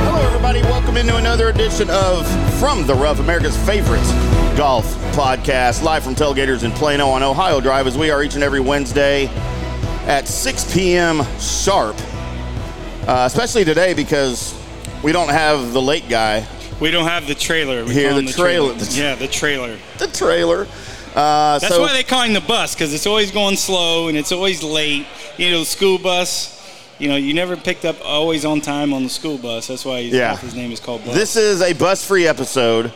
Hello, everybody. Welcome into another edition of From the Rough, America's favorite golf podcast, live from Tailgaters in Plano on Ohio Drive, as we are each and every Wednesday at 6 p.m. sharp. Uh, especially today because we don't have the late guy, We don't have the trailer. We Here, call the him trailer. Yeah, the trailer. the trailer. Uh, That's so why they call him the bus because it's always going slow and it's always late. You know, school bus. You know, you never picked up always on time on the school bus. That's why he's, Yeah. his name is called Bus. this is a bus free episode.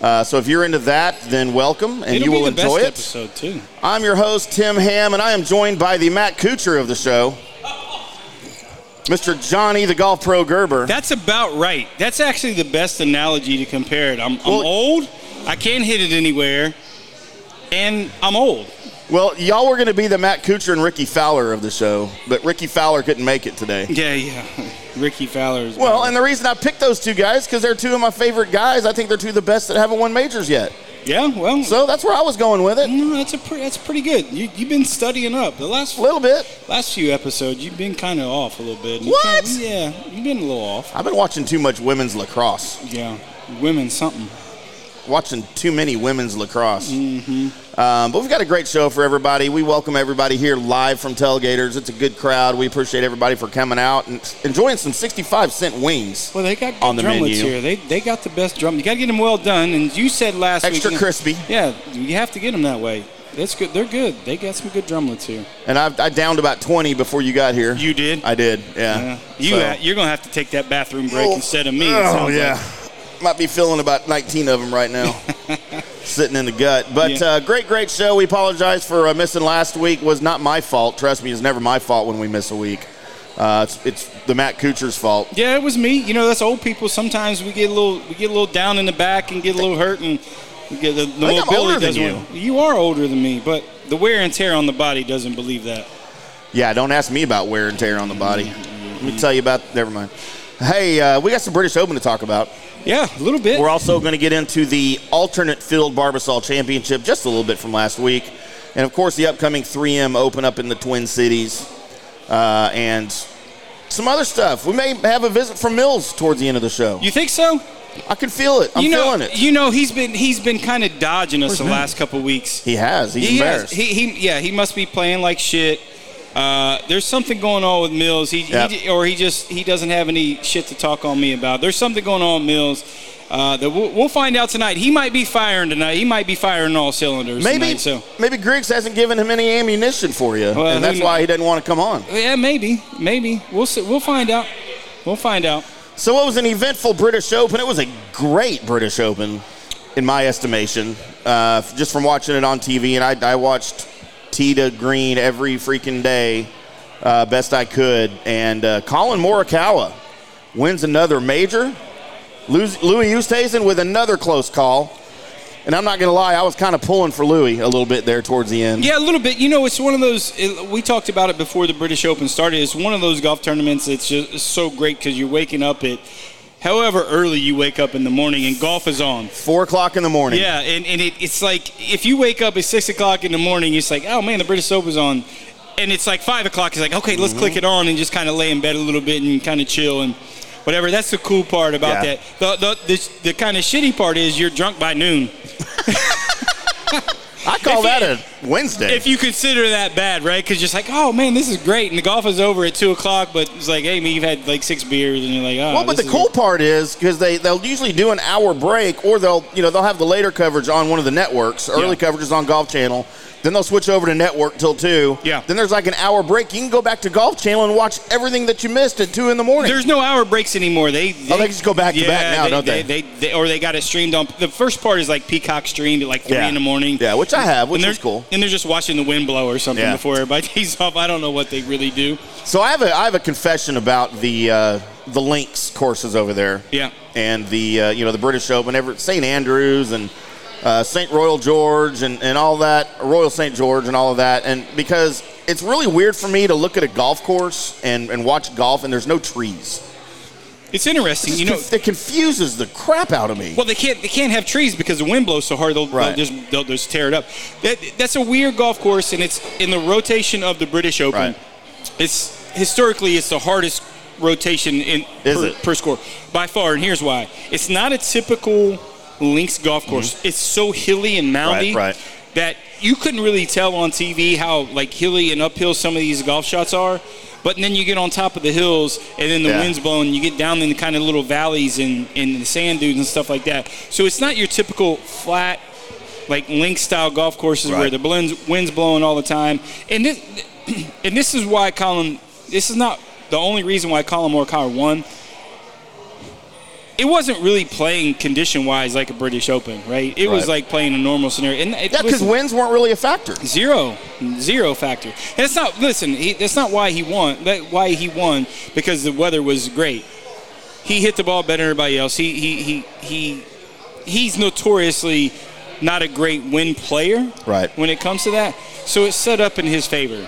Uh, so if you're into that, then welcome and It'll you be will the enjoy best it. episode too. I'm your host, Tim Ham, and I am joined by the Matt Kuchar of the show, Mr. Johnny, the golf pro Gerber. That's about right. That's actually the best analogy to compare it. I'm, I'm Well- old. I can't hit it anywhere, and I'm old. well, y'all were going to be the Matt Kuchar and Ricky Fowler of the show, but Ricky Fowler couldn't make it today. Yeah, yeah. Ricky Fowler is Well, and the reason I picked those two guys because they're two of my favorite guys. I think they're two of the best that haven't won majors yet. yeah. Well, So that's where I was going with it. no, that's a pretty, that's pretty good. You you've been studying up the last A little bit. Last few episodes, you've been kind of off a little bit. You What? can't- Yeah, you've been a little off. I've been watching too much women's lacrosse. Yeah, women something. watching too many women's lacrosse. Mm-hmm. Um, but we've got a great show for everybody. We welcome everybody here live from Tailgaters. It's a good crowd. We appreciate everybody for coming out and enjoying some 65 cent wings. Well, they got good On the drumlets menu. here. They they got the best drum. You got to get them well done. And you said last week, Extra you know- crispy. Yeah, you have to get them that way. That's good. They're good. They got some good drumlets here. And I, I downed about 20 before you got here. You did? I did, yeah. You So- ha- you're gonna have to take that bathroom break Oh, instead of me. it sounds Oh, like. yeah. Might be feeling about 19 of them right now, sitting in the gut. But Yeah. uh, great, great show. We apologize for uh, missing last week. Was not my fault. Trust me, it's never my fault when we miss a week. Uh, it's, it's the Matt Kuchar's fault. Yeah, it was me. You know, that's old people. Sometimes we get a little, we get a little down in the back and get a little hurt, and we get the, the I think I'm mobility older than doesn't. you. work. You are older than me, but the wear and tear on the body doesn't believe that. Yeah, don't ask me about wear and tear on the body. Let me tell you about. Never mind. Hey, uh, we got some British Open to talk about. Yeah, a little bit. We're also going to get into the alternate field Barbasol Championship just a little bit from last week, and of course the upcoming 3M Open up in the Twin Cities, uh, and some other stuff. We may have a visit from Mills towards the end of the show. you think so? I can feel it. I'm you know, feeling it. You know, he's been he's been kind of dodging us the last couple weeks. he has. He's he embarrassed. has. He, he yeah. He must be playing like shit. Uh, there's something going on with Mills. He, Yep. he or he just he doesn't have any shit to talk on me about. There's something going on with Mills. Uh, that we'll, we'll find out tonight. He might be firing tonight. He might be firing all cylinders maybe tonight. So maybe Griggs hasn't given him any ammunition for you, Well, and who that's kn- why he doesn't want to come on. yeah, maybe, maybe we'll see. We'll find out. We'll find out. So it was an eventful British Open. It was a great British Open, in my estimation, uh, just from watching it on TV. And I, I watched Tita Green every freaking day, uh, best I could. And uh, Colin Morikawa wins another major. Louis, Louis Oosthuizen with another close call. And I'm not going to lie, I was kind of pulling for Louis a little bit there towards the end. Yeah, a little bit. You know, it's one of those. It, we talked about it before the British Open started. It's one of those golf tournaments that's just it's so great because you're waking up at however early you wake up in the morning and golf is on. Four o'clock in the morning. Yeah, and, and it, it's like if you wake up at six o'clock in the morning, it's like, oh man, the British Open's on. And it's like five o'clock. It's like, okay, let's Mm-hmm. click it on and just kind of lay in bed a little bit and kind of chill and whatever. That's the cool part about Yeah. that. The, the, the, the kind of shitty part is you're drunk by noon. I call If that you- a Wednesday. if you consider that bad, right? Because just like, oh man, this is great, and the golf is over at two o'clock, but it's like, hey, man, you've had like six beers, and you're like, oh. Well, but the this is- cool part is because they they'll usually do an hour break, or they'll you know they'll have the later coverage on one of the networks. Early Yeah. coverage is on Golf Channel. Then they'll switch over to network till two. Yeah. Then there's like an hour break. You can go back to Golf Channel and watch everything that you missed at two in the morning. There's no hour breaks anymore. They, they Oh, they just go back to back now, don't they? They, they? Or they got it streamed on. The first part is like Peacock streamed at like three in the morning. Yeah, which I have, which and they're, is cool. And they're just watching the wind blow or something Yeah. before everybody takes off. I don't know what they really do. So I have a I have a confession about the uh, the links courses over there. Yeah. And the uh, you know the British Open, ever St Andrews and uh, St Royal George and, and all that Royal St George and all of that, and because it's really weird for me to look at a golf course and, and watch golf and there's no trees. It's interesting, you know. it confuses the crap out of me. Well, they can't they can't have trees because the wind blows so hard they'll, Right. they'll just they'll just tear it up. That that's a weird golf course, and it's in the rotation of the British Open. Right. It's historically it's the hardest rotation in Is per, it? per score by far, and here's why: it's not a typical links golf course. It's so hilly and moundy Mm-hmm. Right, right. that you couldn't really tell on TV how like hilly and uphill some of these golf shots are. But then you get on top of the hills, and then the Yeah. wind's blowing. You get down in the kind of little valleys and, and the sand dunes and stuff like that. So it's not your typical flat, like link style golf courses where Right. the blends, wind's blowing all the time. And this, and this is why Colin. This is not the only reason why Colin Morikawa won. It wasn't really playing condition wise like a British Open, right? It was Right. like playing a normal scenario. And it yeah, because listen- winds weren't really a factor. Zero, zero factor. And it's not. Listen, he, that's not why he won. That why he won because the weather was great. He hit the ball better than everybody else. He he he he he's notoriously not a great win player. Right. When it comes to that, so it's set up in his favor.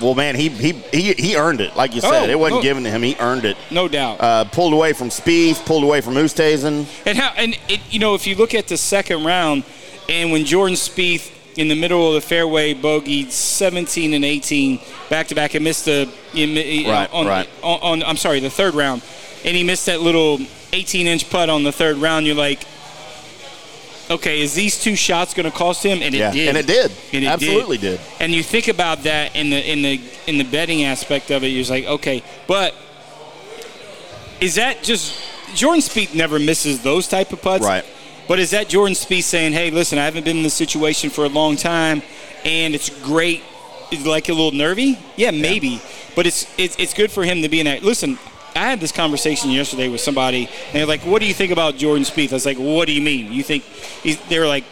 Well, man, he he he, he earned it. Like you Oh, said, it wasn't oh. given to him. He earned it. No doubt. Uh, pulled away from Spieth, pulled away from Oosthuizen. And how and it, you know if you look at the second round, and when Jordan Spieth in the middle of the fairway bogeyed 17 and 18 back to back and missed the he mi- Right, on, right. On, on- I'm sorry the third round, and he missed that little 18 inch putt on the third round. You're like, okay, is these two shots going to cost him? And it yeah, did. and it did. And it Absolutely did. And you think about that in the in the in the betting aspect of it, you're just like, okay, but is that just Jordan Speed never misses those type of putts, Right. But is that Jordan Speed saying, hey, listen, I haven't been in this situation for a long time, and it's great. It's like a little nervy, yeah, maybe, but it's it's it's good for him to be in that. Listen. I had this conversation yesterday with somebody, and they're like, "What do you think about Jordan Spieth?" I was like, "What do you mean? You think?" He's, they were like,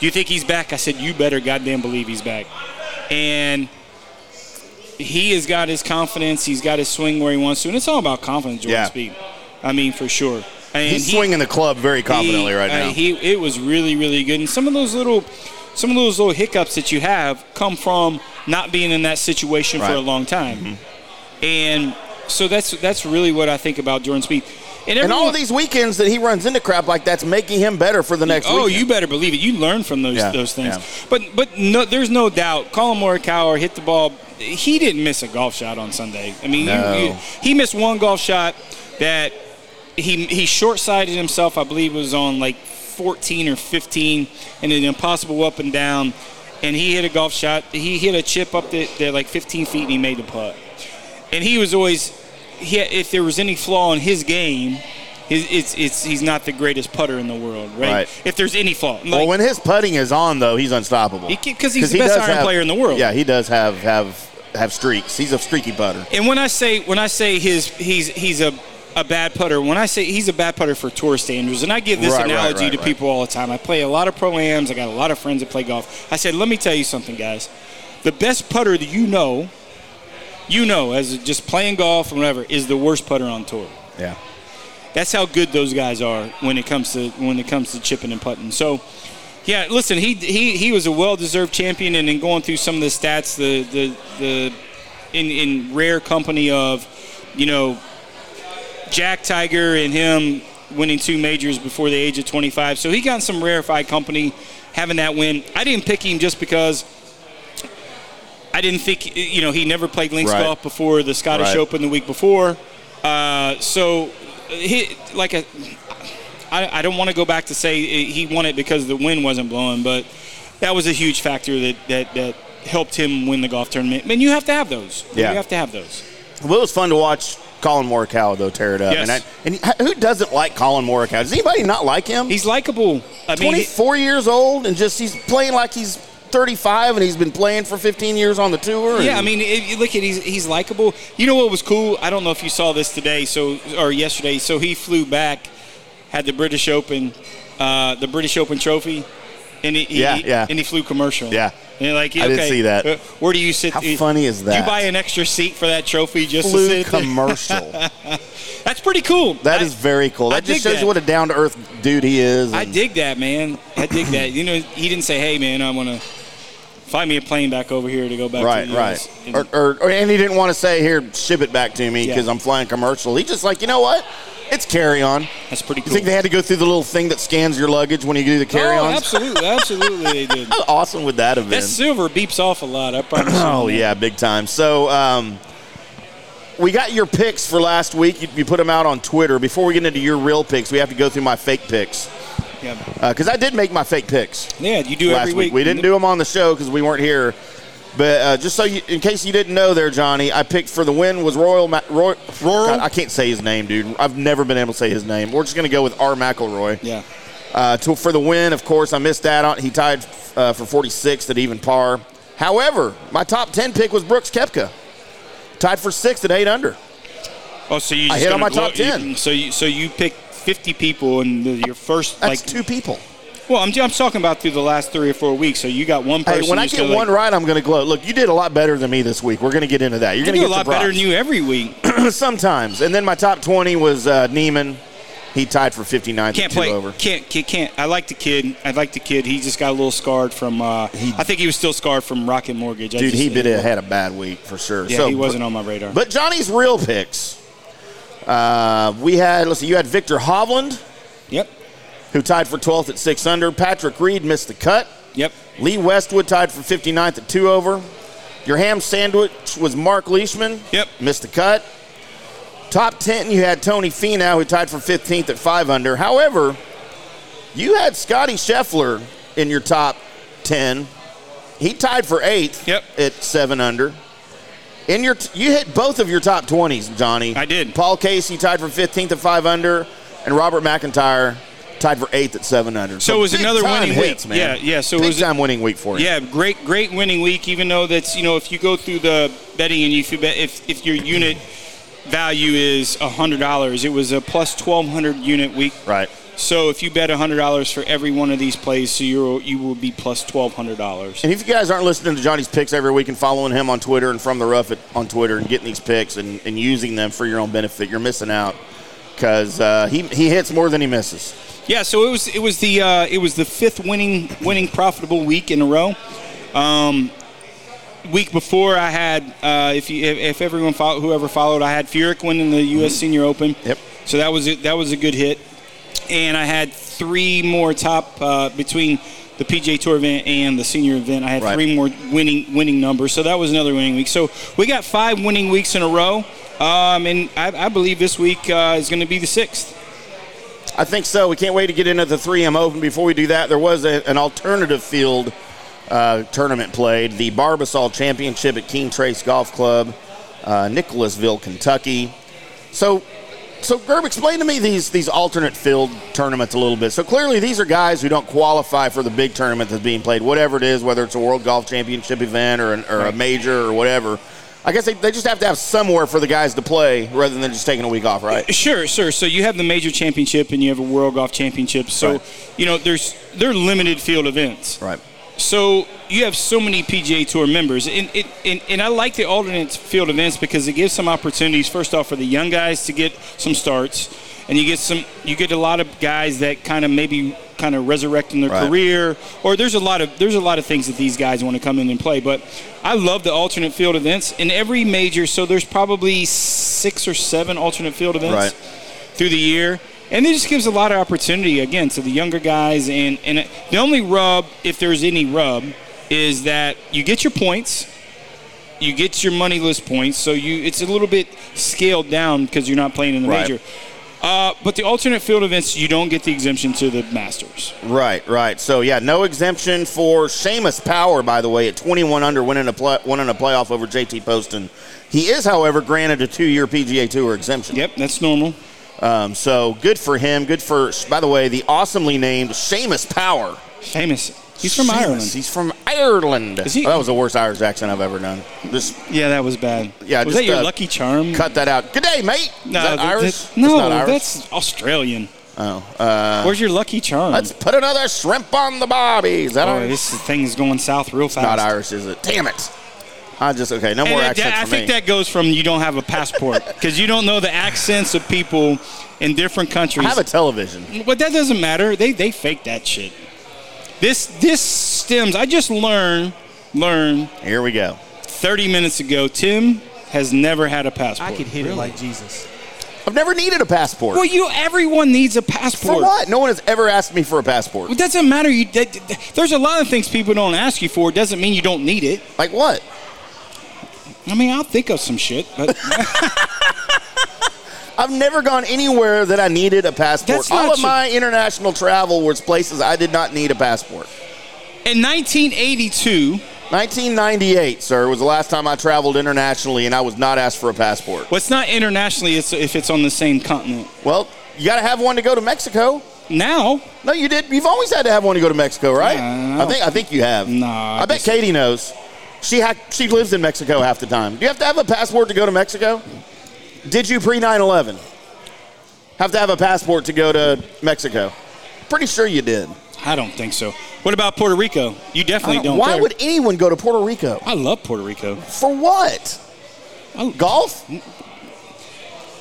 do you think he's back? I said, you better goddamn believe he's back. And he has got his confidence. He's got his swing where he wants to. And it's all about confidence, Jordan Yeah. Speed. I mean, for sure. And He's he- swinging the club very confidently he- right uh, now. he it was really really good, and some of those little, some of those little hiccups that you have come from not being in that situation for Right. Mm-hmm. a long time, and so that's that's really what I think about Jordan Speed. and all everyone- of these weekends that he runs into crap like that's making him better for the next. Oh, weekend. you better believe it. You learn from those Yeah, those things. yeah. But but no, there's no doubt. Colin Morikawa hit the ball. He didn't miss a golf shot on Sunday. I mean, you- No. you- he missed one golf shot that he he short sighted himself. I believe it was on like 14 or 15, and an impossible up and down. And he hit a golf shot. He hit a chip up the, there like 15 feet, and he made the putt. And he was always, he, if there was any flaw in his game, his, it's it's he's not the greatest putter in the world, right? Right. If there's any flaw, Well, like, when his putting is on though, he's unstoppable. He can- 'cause he's the he best does iron player in the world. Yeah, he does have have have streaks. He's a streaky putter. and when I say when I say his he's he's a a bad putter. When I say he's a bad putter for tour standards, and I give this Right, right, analogy right, to right. people all the time. I play a lot of pro ams. I got a lot of friends that play golf. I said, let me tell you something, guys. The best putter that you know, you know, as just playing golf and whatever, is the worst putter on tour. Yeah. that's how good those guys are when it comes to when it comes to chipping and putting. So, yeah, listen, he he, he was a well-deserved champion, and then going through some of the stats, the the, the in in rare company of, you know, Jack Tiger and him winning two majors before the age of 25. So he got in some rarefied company having that win. I didn't pick him just because. I didn't think you know he never played links Right. golf before the Scottish Right. Open the week before. Uh, so he like a, I, I don't want to go back to say he won it because the wind wasn't blowing, but that was a huge factor that that, that helped him win the golf tournament. And you have to have those. Yeah. you have to have those. Well, it was fun to watch Colin Morikawa though tear it up. Yes. And, I, and who doesn't like Colin Morikawa? Does anybody not like him? He's likable. I mean, 24 years old and just he's playing like he's 35 and he's been playing for 15 years on the tour. and- Yeah, I mean, if you look at he's he's likable. You know what was cool? I don't know if you saw this today, so or yesterday. So he flew back, had the British Open, uh, the British Open trophy, and he, he- Yeah, yeah. and he flew commercial. Yeah. and like I didn't okay, see that. uh, Where do you sit? How funny is Do you that? buy an extra seat for that trophy just to flew sit? there? commercial. That's pretty cool. That I- is very cool. I That just dig shows that. you what a down to earth dude he is. I and- dig that, man. I dig that. You know, he didn't say, "Hey, man, I'm gonna find me a plane back over here to go back." Right, to the US." right. And- Or, or, or- and he didn't want to say, here, ship it back to me Yeah. because I'm flying commercial. He just like, you know what? It's carry on. that's pretty cool. You think they had to go through the little thing that scans your luggage when you do the carry oh, ons? absolutely, absolutely, they did. How awesome would that have been? That silver beeps off a lot. I promise. you. oh, yeah, big time. So, um, we got your picks for last week. You, you put them out on Twitter. Before we get into your real picks, we have to go through my fake picks yeah. because I did make my fake picks. Yeah, you do last every week. We didn't do them on the show because we weren't here. But uh, just so you, in case you didn't know, there, Johnny, I picked for the win was Royal Ma- Roy, Royal. God, I can't say his name, dude. I've never been able to say his name. We're just gonna go with R. McElroy. Yeah, Uh, to, for the win, of course, I missed that. On, he tied uh, for 46 at even par. However, my top 10 pick was Brooks Kepka, tied for sixth at eight under. Oh, so you I just hit on gonna my top glo- you- 10. so you so you picked 50 people and the, your first That's like two people. well, I'm, I'm talking about through the last three or four weeks. So you got one Hey, person. when I who's get gonna, like, one right, I'm going to glow. Look, you did a lot better than me this week. We're going to get into that. You're I going to do get a lot the props. better than you every week. Sometimes. And then my top 20 was uh, Neiman. He tied for 59th Can't at two play. over. Can't, can't can't. I like the kid. I like the kid. He just got a little scarred from. Uh, I think he was still scarred from Rocket Mortgage. I Dude, just, he bit a, had a bad week for sure. Yeah, so, he wasn't on my radar. But Johnny's real picks. Uh, we had, let's see, you had Victor Hovland, yep, who tied for 12th at 6 under. Patrick Reed missed the cut. yep. Lee Westwood tied for 59th at 2 over. Your ham sandwich was Mark Leishman. Yep. Missed the cut. Top 10, you had Tony Finau, who tied for 15th at 5 under. However, you had Scotty Scheffler in your top 10. He tied for 8th Yep. at 7 under. In your, you hit both of your top 20s, Johnny. I did. Paul Casey tied for 15th at 5 under, and Robert McIntyre tied for 8th at 7 under. So it was big another time winning hits, week. man. Yeah, yeah, so it big was- time winning week for you. Yeah, great, great winning week. Even though that's you know, if you go through the betting and if you bet, if if your unit value is hundred dollars, it was a plus twelve hundred unit week. Right. So if you bet hundred dollars for every one of these plays, so you you will be plus twelve hundred dollars. And if you guys aren't listening to Johnny's picks every week and following him on Twitter and from the rough at, on Twitter and getting these picks and, and using them for your own benefit, you're missing out because uh, he, he hits more than he misses. Yeah, so it was it was the uh, it was the fifth winning winning profitable week in a row. Um, week before I had uh, if you if, if everyone followed, whoever followed I had Furyk winning the U.S. Senior Open. Yep. So that was a, that was a good hit, and I had three more top uh, between the PJ Tour event and the senior event. I had Right. three more winning winning numbers, so that was another winning week. So we got five winning weeks in a row, um, and I, I believe this week uh, is going to be the sixth. I think so. We can't wait to get into the 3M Open. Before we do that, there was a, an alternative field uh, tournament played the Barbasol Championship at King Trace Golf Club, uh, Nicholasville, Kentucky. So, so Gerb, explain to me these these alternate field tournaments a little bit. So clearly, these are guys who don't qualify for the big tournament that's being played, whatever it is, whether it's a World Golf Championship event or, an, or a major or whatever. I guess they, they just have to have somewhere for the guys to play rather than just taking a week off, right? Sure, sure. So you have the major championship and you have a world golf championship. So Right. you know there's they're limited field events. Right. So you have so many PGA Tour members, and it and, and I like the alternate field events because it gives some opportunities. First off, for the young guys to get some starts, and you get some you get a lot of guys that kind of maybe kind of resurrecting their Right. career, or there's a lot of there's a lot of things that these guys want to come in and play. But I love the alternate field events in every major. So there's probably six or seven alternate field events Right. through the year. And it just gives a lot of opportunity again to the younger guys. And and it- the only rub, if there's any rub, is that you get your points, you get your moneyless points. So you it's a little bit scaled down because you're not playing in the Right. major. Uh, but the alternate field events, you don't get the exemption to the Masters. Right, right. So yeah, no exemption for Seamus Power, by the way, at 21 under, winning a play, winning a playoff over JT Poston. He is, however, granted a two-year PGA Tour exemption. Yep, that's normal. Um, so good for him. Good for, by the way, the awesomely named Seamus Power. Famous. He's from Seamus. Ireland. He's from Ireland. Is he- Oh, that was the worst Irish accent I've ever done. Just Yeah, that was bad. Yeah, was just, that your uh, lucky charm? cut that out. Good day, mate. no, Is that th- th- Irish? That's no, not Irish. that's Australian. Oh, uh, Where's your lucky charm? let's put another shrimp on the bobby. Oh, Is that Boy, Irish? this thing's going south real fast. Not Irish, is it? Damn it! I just okay. No And more that- accents I for think me. that goes from you don't have a passport because you don't know the accents of people in different countries. I have a television. But that doesn't matter. They they fake that shit. This this stems. I just learned learned Here we go. 30 minutes ago. Tim has never had a passport. I could hit it like Jesus. I've never needed a passport. Well, you everyone needs a passport. for what? No one has ever asked me for a passport. It doesn't matter. You that, that- there's a lot of things people don't ask you for. It doesn't mean you don't need it. Like what? I mean, I'll think of some shit, but I've never gone anywhere that I needed a passport. That's All not of my international travel was places I did not need a passport. in 1982 1998, sir, was the last time I traveled internationally, and I was not asked for a passport. What's not internationally it's if it's on the same continent. Well, you got to have one to go to Mexico. Now, No, you did. You've always had to have one to go to Mexico, right? No. I think I think you have. No, I, I bet just- Katie knows. She ha- she lives in Mexico half the time. Do you have to have a passport to go to Mexico? Did you pre 9/11 have to have a passport to go to Mexico? Pretty sure you did. I don't think so. What about Puerto Rico? You I definitely don't- don't. why There- would anyone go to Puerto Rico I love Puerto Rico? for what? I, Golf?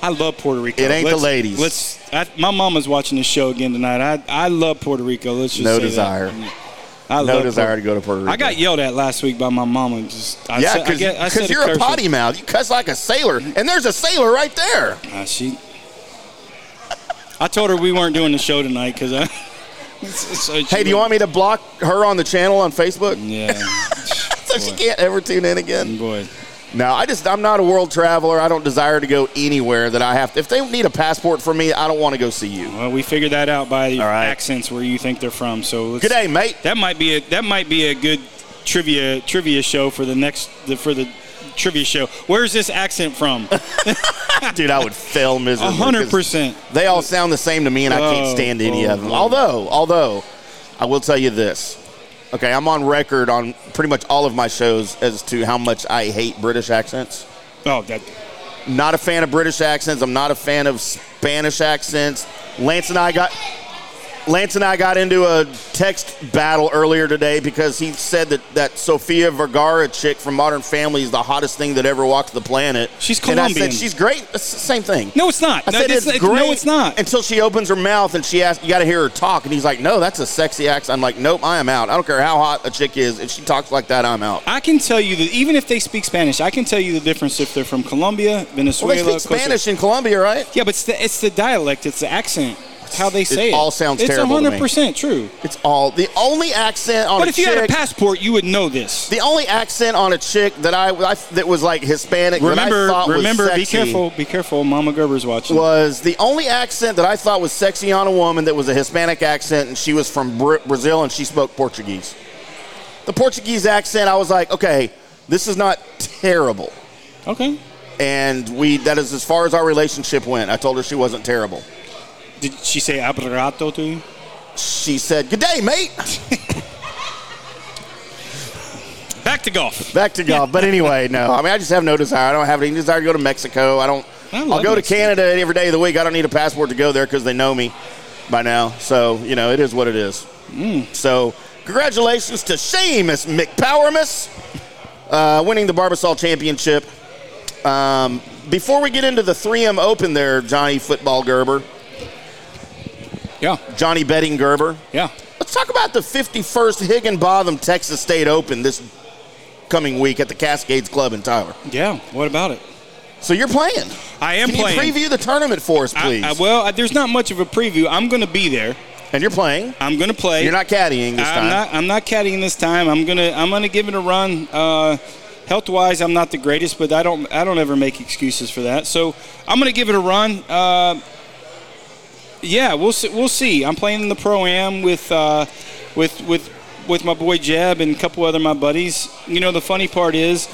I love Puerto Rico. It ain't the Let's- ladies. Let's. I, my mama's watching this show again tonight. I I love Puerto Rico. Let's just No say that. desire. I love No Puerto- desire to go to Puerto Rico. I got yelled at last week by my mama. Just I yeah, said- I because get- I said you're a curse word. potty mouth. You cuss like a sailor, and there's a sailor right there. Ah, she. I told her we weren't doing the show tonight because I. Hey, do you want me to block her on the channel on Facebook Yeah. so she can't ever tune in again? Boy. No, I just I'm not a world traveler. I don't desire to go anywhere that I have to. If they need a passport from me, I don't want to go see you. Well, we figured that out by the All right. accents where you think they're from. So let's, Good day, mate. That might be a that might be a good trivia trivia show for the next the, for the trivia show. Where's this accent from? Dude, I would fail miserably. A 'cause 100%. They all sound the same to me, and I can't Oh, stand any oh, of them. oh. Although, although, I will tell you this. Okay, I'm on record on pretty much all of my shows as to how much I hate British accents. Oh, that Not a fan of British accents. I'm not a fan of Spanish accents. Lance and I got Lance and I got into a text battle earlier today because he said that that Sofia Vergara chick from Modern Family is the hottest thing that ever walked the planet. She's And I Colombian. said she's great. That's the same thing. No, it's not. I No, said it's- it's, it's- no, great. it's not. Until she opens her mouth and she asks, you got to hear her talk. And he's like, no, that's a sexy accent. I'm like, nope, I am out. I don't care how hot a chick is. If she talks like that, I'm out. I can tell you that even if they speak Spanish, I can tell you the difference if they're from Colombia, Well, Venezuela. they speak Costa- Spanish in Colombia, right? Yeah, but it's the, it's the dialect, it's the accent, how they say it. all sounds it's terrible to me. It's 100% true. It's all the only accent on But a if you had a chick- passport, you would know this. The only accent on a chick that I, I- that was like Hispanic that I Remember, thought remember, was be sexy careful, be careful. Mama Gerber's watching. was the only accent that I thought was sexy on a woman that was a Hispanic accent and she was from Br- Brazil and she spoke Portuguese. The Portuguese accent, I was like, okay, this is not terrible. Okay. And we that is as far as our relationship went. I told her she wasn't terrible. Did she say abrato to you? She said, "Good day, mate." Back to golf. Back to golf. But anyway, no. I mean, I just have no desire. I don't have any desire to go to Mexico. I don't. I love I'll go to Mexico. Canada every day of the week. I don't need a passport to go there because they know me by now. So you know, it is what it is. Mm. So congratulations to Seamus McPowermus uh, winning the Barbasol Championship. Um, before we get into the 3M Open, there, Johnny Football Gerber, Yeah, Johnny Betting Gerber. yeah. Let's talk about the 51st Higginbotham Texas State Open this coming week at the Cascades Club in Tyler. Yeah. What about it? So you're playing. I am Can playing. you preview the tournament for us, I- please? I- well, I, there's not much of a preview. I'm going to be there. and you're playing. I'm going to play. You're not caddying this I'm time. not. I'm not caddying this time. I'm gonna. I'm gonna give it a run. Uh, health wise, I'm not the greatest, but I don't. I don't ever make excuses for that. So I'm gonna give it a run. Uh, yeah, we'll see. We'll see. I'm playing in the pro am with, uh, with with with my boy Jeb and a couple other my buddies. You know, the funny part is,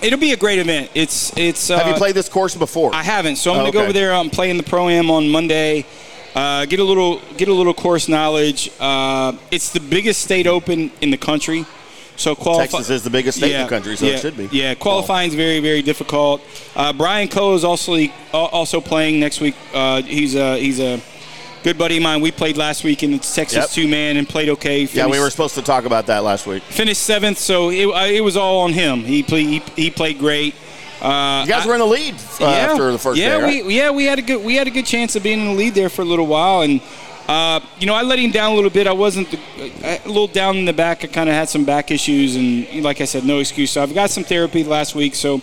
it'll be a great event. It's it's. Uh, Have you played this course before? I haven't. So I'm Oh, going to okay. go over there. I'm playing the pro am on Monday. Uh, get a little get a little course knowledge. Uh, it's the biggest state open in the country, so qualify. Texas is the biggest state in the country, so yeah, it should be. Yeah, qualifying is very very difficult. Uh, Brian Coe is also al- also playing next week. Uh, he's a he's a good buddy of mine. We played last week in the Texas Yep. two man and played okay. Yeah, we finished- were supposed to talk about that last week. finished seventh, so it, uh, it was all on him. He play, he, he played great. Uh, You guys I- were in the lead uh, after the first yeah, day, right? we yeah we had a good we had a good chance of being in the lead there for a little while, and uh, you know I let him down a little bit. I wasn't the, I- a little down in the back. I kind of had some back issues, and like I said, no excuse. So I've got some therapy last week, so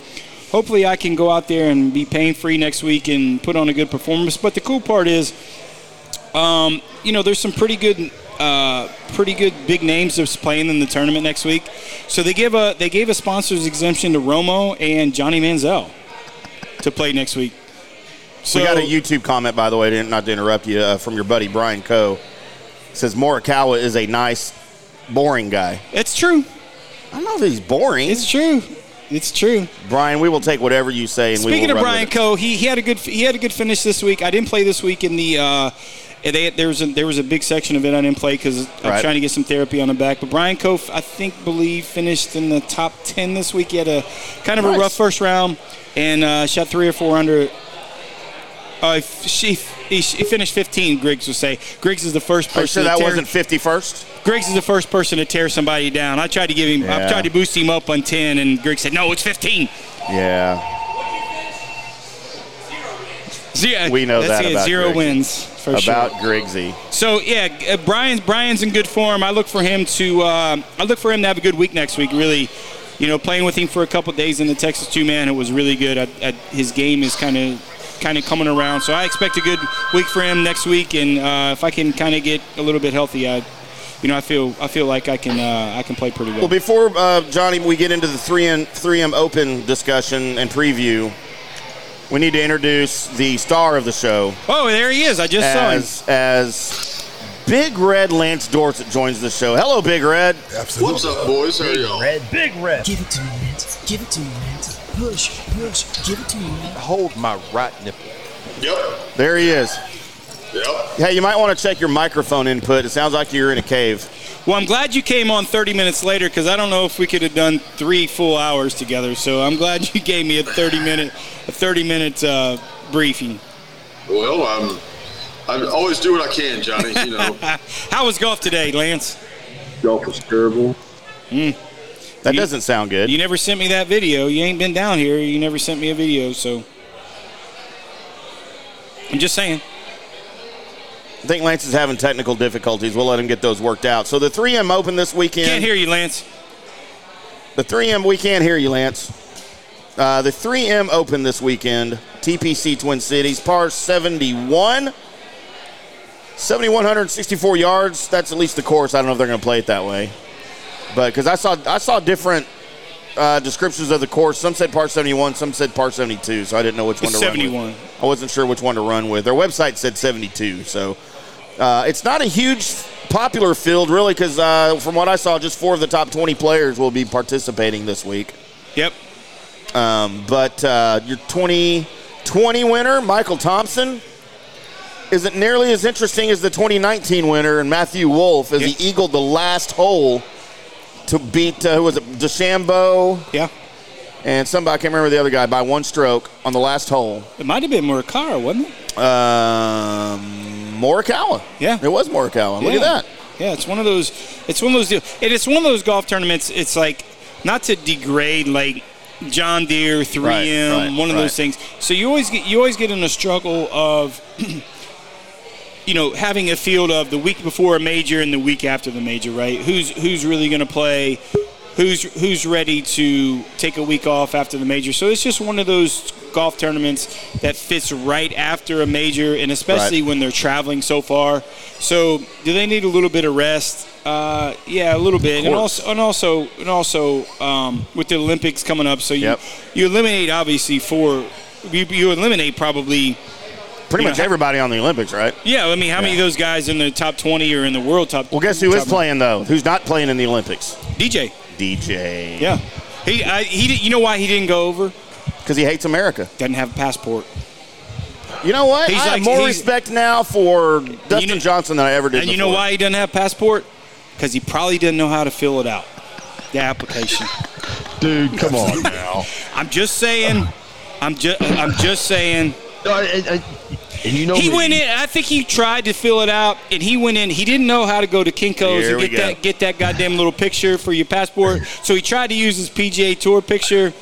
hopefully I can go out there and be pain free next week and put on a good performance. But the cool part is, um, you know, there's some pretty good. Uh, pretty good big names that's playing in the tournament next week, so they give a they gave a sponsors exemption to Romo and Johnny Manziel to play next week. So we got a YouTube comment, by the way, to- not to interrupt you, uh, from your buddy Brian Coe. It says Morikawa is a nice, boring guy. it's true. I don't know if he's boring. It's true. It's true. Brian, we will take whatever you say. And we Speaking of will run Brian with it. Coe, he, he had a good he had a good finish this week. I didn't play this week in the. Uh, they, there was a, there was a big section of it I didn't play because I'm Right. trying to get some therapy on the back. But Brian Coe, I think, believe finished in the top ten this week. He had a kind of Nice. a rough first round and uh, shot three or four under. Uh, she, he, he finished 15. Griggs would say Griggs is the first person. Are you sure to that tear- wasn't 51st? Griggs is the first person to tear somebody down. I tried to give him, Yeah. I tried to boost him up on 10, and Griggs said, no, it's 15. Yeah. Zero, We know that's that it, about zero Griggs. wins for About sure. Griggsy. So yeah, uh, Brian's Brian's in good form. I look for him to uh, I look for him to have a good week next week. Really, you know, playing with him for a couple days in the Texas two man, it was really good. I, I, his game is kind of kind of coming around. So I expect a good week for him next week, and uh, if I can kind of get a little bit healthy, I. You know, I feel I feel like I can uh, I can play pretty Well, well. before uh, Johnny, we get into the three M three M Open discussion and preview. We need to introduce the star of the show Oh, there he is! I just saw him. as as Big Red Lance Dorset joins the show. Hello, Big Red. Absolutely. What's up, boys? How are y'all? Big Red. Give it to me, Lance. Give it to me, Lance. Push, push. Give it to me, Lance. Hold my right nipple. Yep. There he is. Yep. Hey, you might want to check your microphone input. It sounds like you're in a cave. Well, I'm glad you came on 30 minutes later because I don't know if we could have done three full hours together. So I'm glad you gave me a 30 minute, a 30 minute uh, briefing. Well, I'm. I always do what I can, Johnny. You know, How was golf today, Lance? golf is terrible. That You- doesn't sound good. You never sent me that video. You ain't been down here. You never sent me a video. So I'm just saying. I think Lance is having technical difficulties. We'll let him get those worked out. So the 3M Open this weekend. Can't hear you, Lance. The 3M, we can't hear you, Lance. Uh, the 3M Open this weekend, TPC Twin Cities, par 71. 7,164 yards. That's at least the course. I don't know if they're going to play it that way, but because I saw I saw different uh, descriptions of the course. Some said par 71, some said par 72. So I didn't know which one It's to 71. run with. I wasn't sure which one to run with. Their website said 72. So uh, it's not a huge popular field, really, because uh, from what I saw, just four of the top 20 players will be participating this week. Yep. Um, but uh, your 2020 winner, Michael Thompson, isn't nearly as interesting as the 2019 winner, and Matthew Wolf, as Yeah. he eagled the last hole to beat, uh, who was it, DeChambeau Yeah. and somebody, I can't remember the other guy, by one stroke on the last hole. It might have been Murakara, wasn't it? Um, Morikawa. Yeah. It was Morikawa. Look yeah. at that. Yeah, it's one of those. It's one of those deals. And it's one of those golf tournaments. It's like not to degrade like John Deere, 3M, Right, right, one of right. those things. So you always get you always get in a struggle of. You know, having a field of the week before a major and the week after the major, right? Who's who's really going to play? Who's who's ready to take a week off after the major? So it's just one of those golf tournaments that fits right after a major, and especially Right. when they're traveling so far. So, do they need a little bit of rest? Uh, yeah, a little bit, and course. also and also and also um, with the Olympics coming up, so you Yep. you eliminate obviously four. You, you eliminate probably Pretty You much know, everybody on the Olympics, right? yeah. I mean, how many of those guys in the top twenty or in the world top? Well, guess who is top- playing though? Who's not playing in the Olympics? DJ. DJ. Yeah, he I, he. di- You know why he didn't go over? Because he hates America. Doesn't have a passport. You know what? He's I like- have more he's- respect now for Dustin know- Johnson than I ever did. And you know before. why he doesn't have passport? Because he probably didn't know how to fill it out. The application. dude? Come on now. I'm just saying. I'm just. I'm just saying. No, I- I- and you know He me. went in. I think he tried to fill it out, and he went in. He didn't know how to go to Kinkos Here and we get go. that get that goddamn little picture for your passport. so he tried to use his PGA Tour picture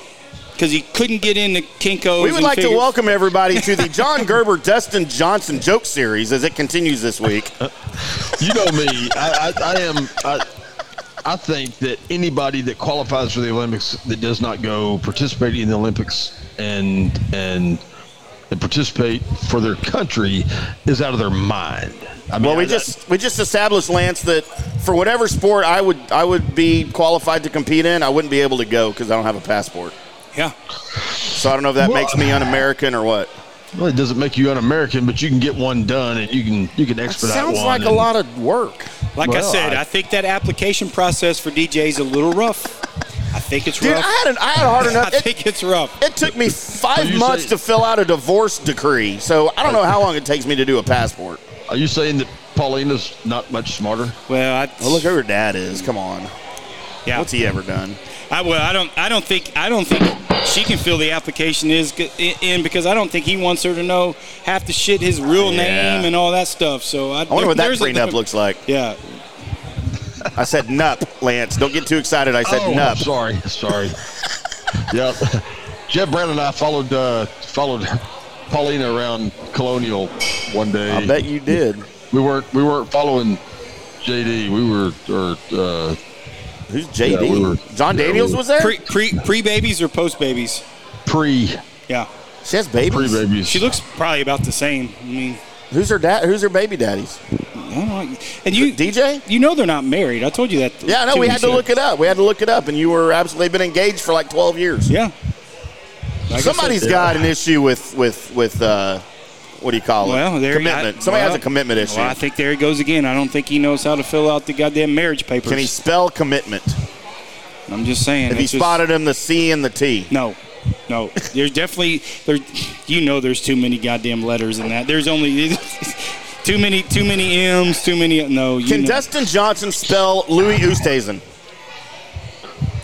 because he couldn't get into Kinkos. We would and like to figure- welcome everybody to the John Gerber Dustin Johnson joke series as it continues this week. You know me. I, I, I am. I, I think that anybody that qualifies for the Olympics that does not go participate in the Olympics and and and participate for their country is out of their mind. I mean, Well, we I- just we just established Lance that for whatever sport I would I would be qualified to compete in, I wouldn't be able to go because I don't have a passport. Yeah. So I don't know if that Well- makes me un-American or what. well, it doesn't make you un-American, but you can get one done and you can you can expedite Sounds one. like a and- lot of work. Like I Well, said, I, I- think that application process for DJ is a little rough. I think it's Dude, rough. I had an, I had hard I enough. It, think it's rough. it took me five you months say- to fill out a divorce decree, so I don't know how long it takes me to do a passport. Are you saying that Paulina's not much smarter? Well, I, Well, look who her dad is. Come on, yeah. what's he ever done? I, well, I don't. I don't think. I don't think she can fill the application is g- in because I don't think he wants her to know half the shit his real Yeah. name and all that stuff. So I, I wonder what that there's a- prenup looks like. Yeah, I said nup, Lance. Don't get too excited. I said oh, nup. sorry, sorry. yep. Jeb Brown and I followed uh, followed Paulina around Colonial one day. I bet you did. we weren't we weren't following JD. We were or uh, Who's JD? Yeah, we were- John yeah, we Daniels were- was there. pre pre pre babies or post babies. pre Yeah, she has babies. pre babies. she looks probably about the same. I mean, Who's her dad? Who's her baby daddies? I don't know. and you DJ? you know they're not married. I told you that. Yeah, no, two we weeks had to ago. look it up. We had to look it up, and you were absolutely been engaged for like twelve years. Yeah, Somebody's got an issue with with with uh, what do you call it? well, there commitment. I, Somebody well, has a commitment issue. Well, I think there he goes again. I don't think he knows how to fill out the goddamn marriage papers. Can he spell commitment? I'm just saying. If he it's just- spotted him, the C and the T. No, no. There's definitely there. You know, there's too many goddamn letters in that. There's only too many, too many M's, too many. No, you Can know. Dustin Johnson spell Louis Oosthuizen?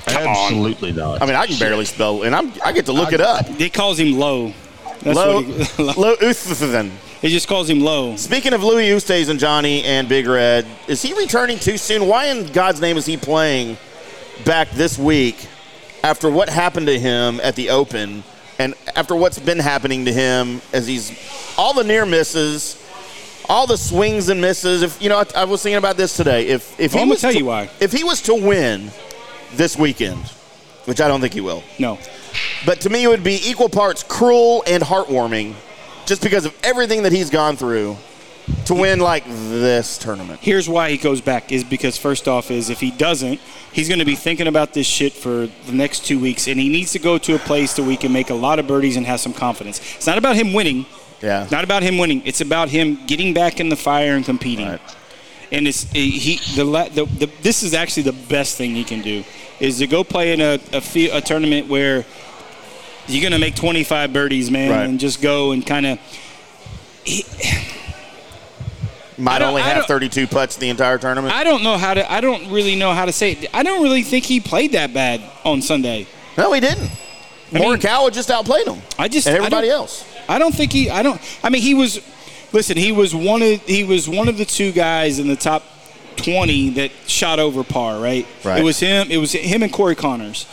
Absolutely not. I mean, I can barely spell, and I'm I get to look it up. They calls him low. That's Low, What he, Low Oosthuizen. it just calls him low. Speaking of Louis Oosthuizen, Johnny and Big Red, is he returning too soon? Why in God's name is he playing back this week after what happened to him at the Open and after what's been happening to him as he's all the near misses, all the swings and misses? If you know, I, I was thinking about this today. If if Well, he I'm gonna was tell to- you why. if he was to win this weekend, which I don't think he will, No, but to me it would be equal parts cruel and heartwarming just because of everything that he's gone through to win like this tournament. here's why he goes back is because first off is if he doesn't, he's going to be thinking about this shit for the next two weeks, and he needs to go to a place that we can make a lot of birdies and have some confidence. It's not about him winning. Yeah. Not about him winning. It's about him getting back in the fire and competing. Right. And it's he the, la- the, the this is actually the best thing he can do is to go play in a a, fe- a tournament where you're gonna make 25 birdies, man, Right. and just go and kind of. I Might don't- only I have don't- 32 putts the entire tournament. I don't know how to. I don't really know how to say it. I don't really think he played that bad on Sunday. no, he didn't. I mean- Morikawa just outplayed him I just and I everybody don't- else. I don't think he. I don't. I mean, he was. Listen, he was one of he was one of the two guys in the top twenty that shot over par. Right. Right. It was him. It was him and Corey Connors.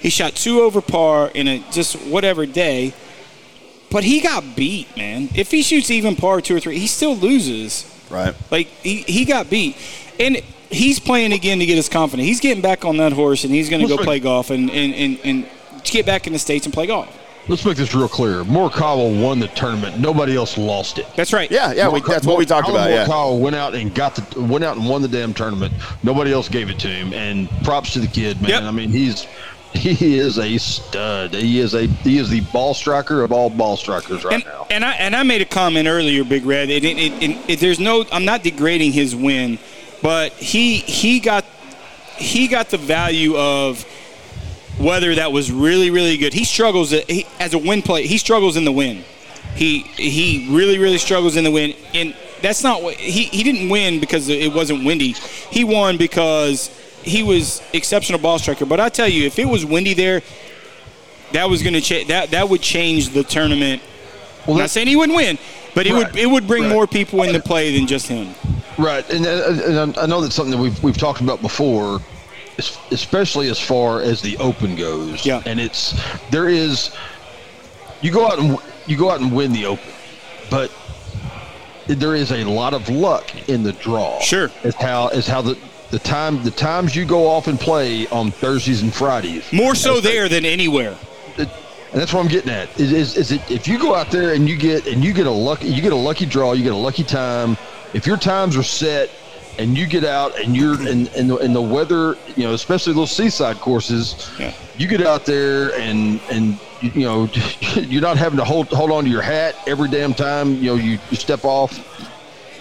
He shot two over par in a just whatever day. But he got beat, man. If he shoots even par two or three, he still loses. Right. Like he, he got beat, and he's playing again to get his confidence. He's getting back on that horse, and he's going to go Listen. play golf and and, and and get back in the states and play golf. Let's make this real clear. Morikawa won the tournament. Nobody else lost it. That's right. Yeah, yeah, we, that's what we talked Colin about. Yeah. Morikawa went out and got the went out and won the damn tournament. Nobody else gave it to him. And props to the kid, man. Yep. I mean, he's he is a stud. He is a he is the ball striker of all ball strikers right and, now. and I and I made a comment earlier, Big Red. It, it, it, it, it- there's no, I'm not degrading his win, but he he got he got the value of uh, whether that was really really good. He struggles at- he, as a win play. He struggles in the win. He he really really struggles in the wind, and that's not what he he didn't win because it wasn't windy. He won because he was exceptional ball striker. But I tell you, if it was windy there, that was going to cha- that that would change the tournament. Well, I'm not that's- saying he wouldn't win, but it would Right, it would bring right. more people into play than just him. Right, and, and and I know that's something that we've we've talked about before, es- especially as far as the Open goes. Yeah. and it's there is you go out and w- you go out and win the Open, but there is a lot of luck in the draw. Sure. is how is how the the time the times you go off and play on Thursdays and Fridays. More so there than anywhere. It- and that's what I'm getting at. Is, is, is it if you go out there and you get and you get a lucky you get a lucky draw, you get a lucky time. If your times are set and you get out and you're and and the, and the weather, you know, especially those seaside courses, Yeah. you get out there and and you, you know you're not having to hold hold on to your hat every damn time. You know, you, you step off.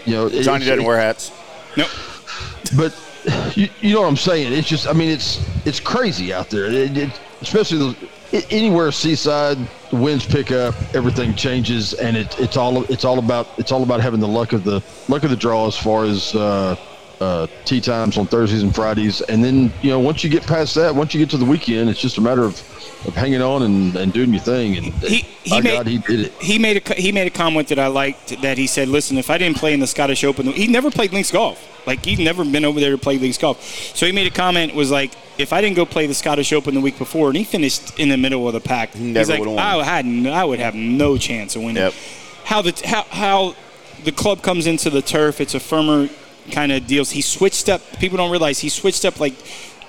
You know, it's- Johnny doesn't wear hats. Nope. but you, you know what I'm saying? It's just, I mean, it's it's crazy out there. It, it, especially the, i- anywhere seaside, the winds pick up, everything changes, and it, it's all it's all about it's all about having the luck of the luck of the draw as far as uh, uh, tea times on Thursdays and Fridays, and then you know once you get past that, once you get to the weekend, it's just a matter of, of hanging on and, and doing your thing. And He- he by made- God, he did it. he made a co- he made a comment that I liked that he said, "Listen, if I didn't play in the Scottish Open, he never played links golf. Like he'd never been over there to play links golf. So he made a comment was like, if I didn't go play the Scottish Open the week before, and he finished in the middle of the pack, never he's like, would've won. I had n- I would have no chance of winning. Yep. How the t- how how the club comes into the turf, it's a firmer kind of deals. He switched up. People don't realize he switched up like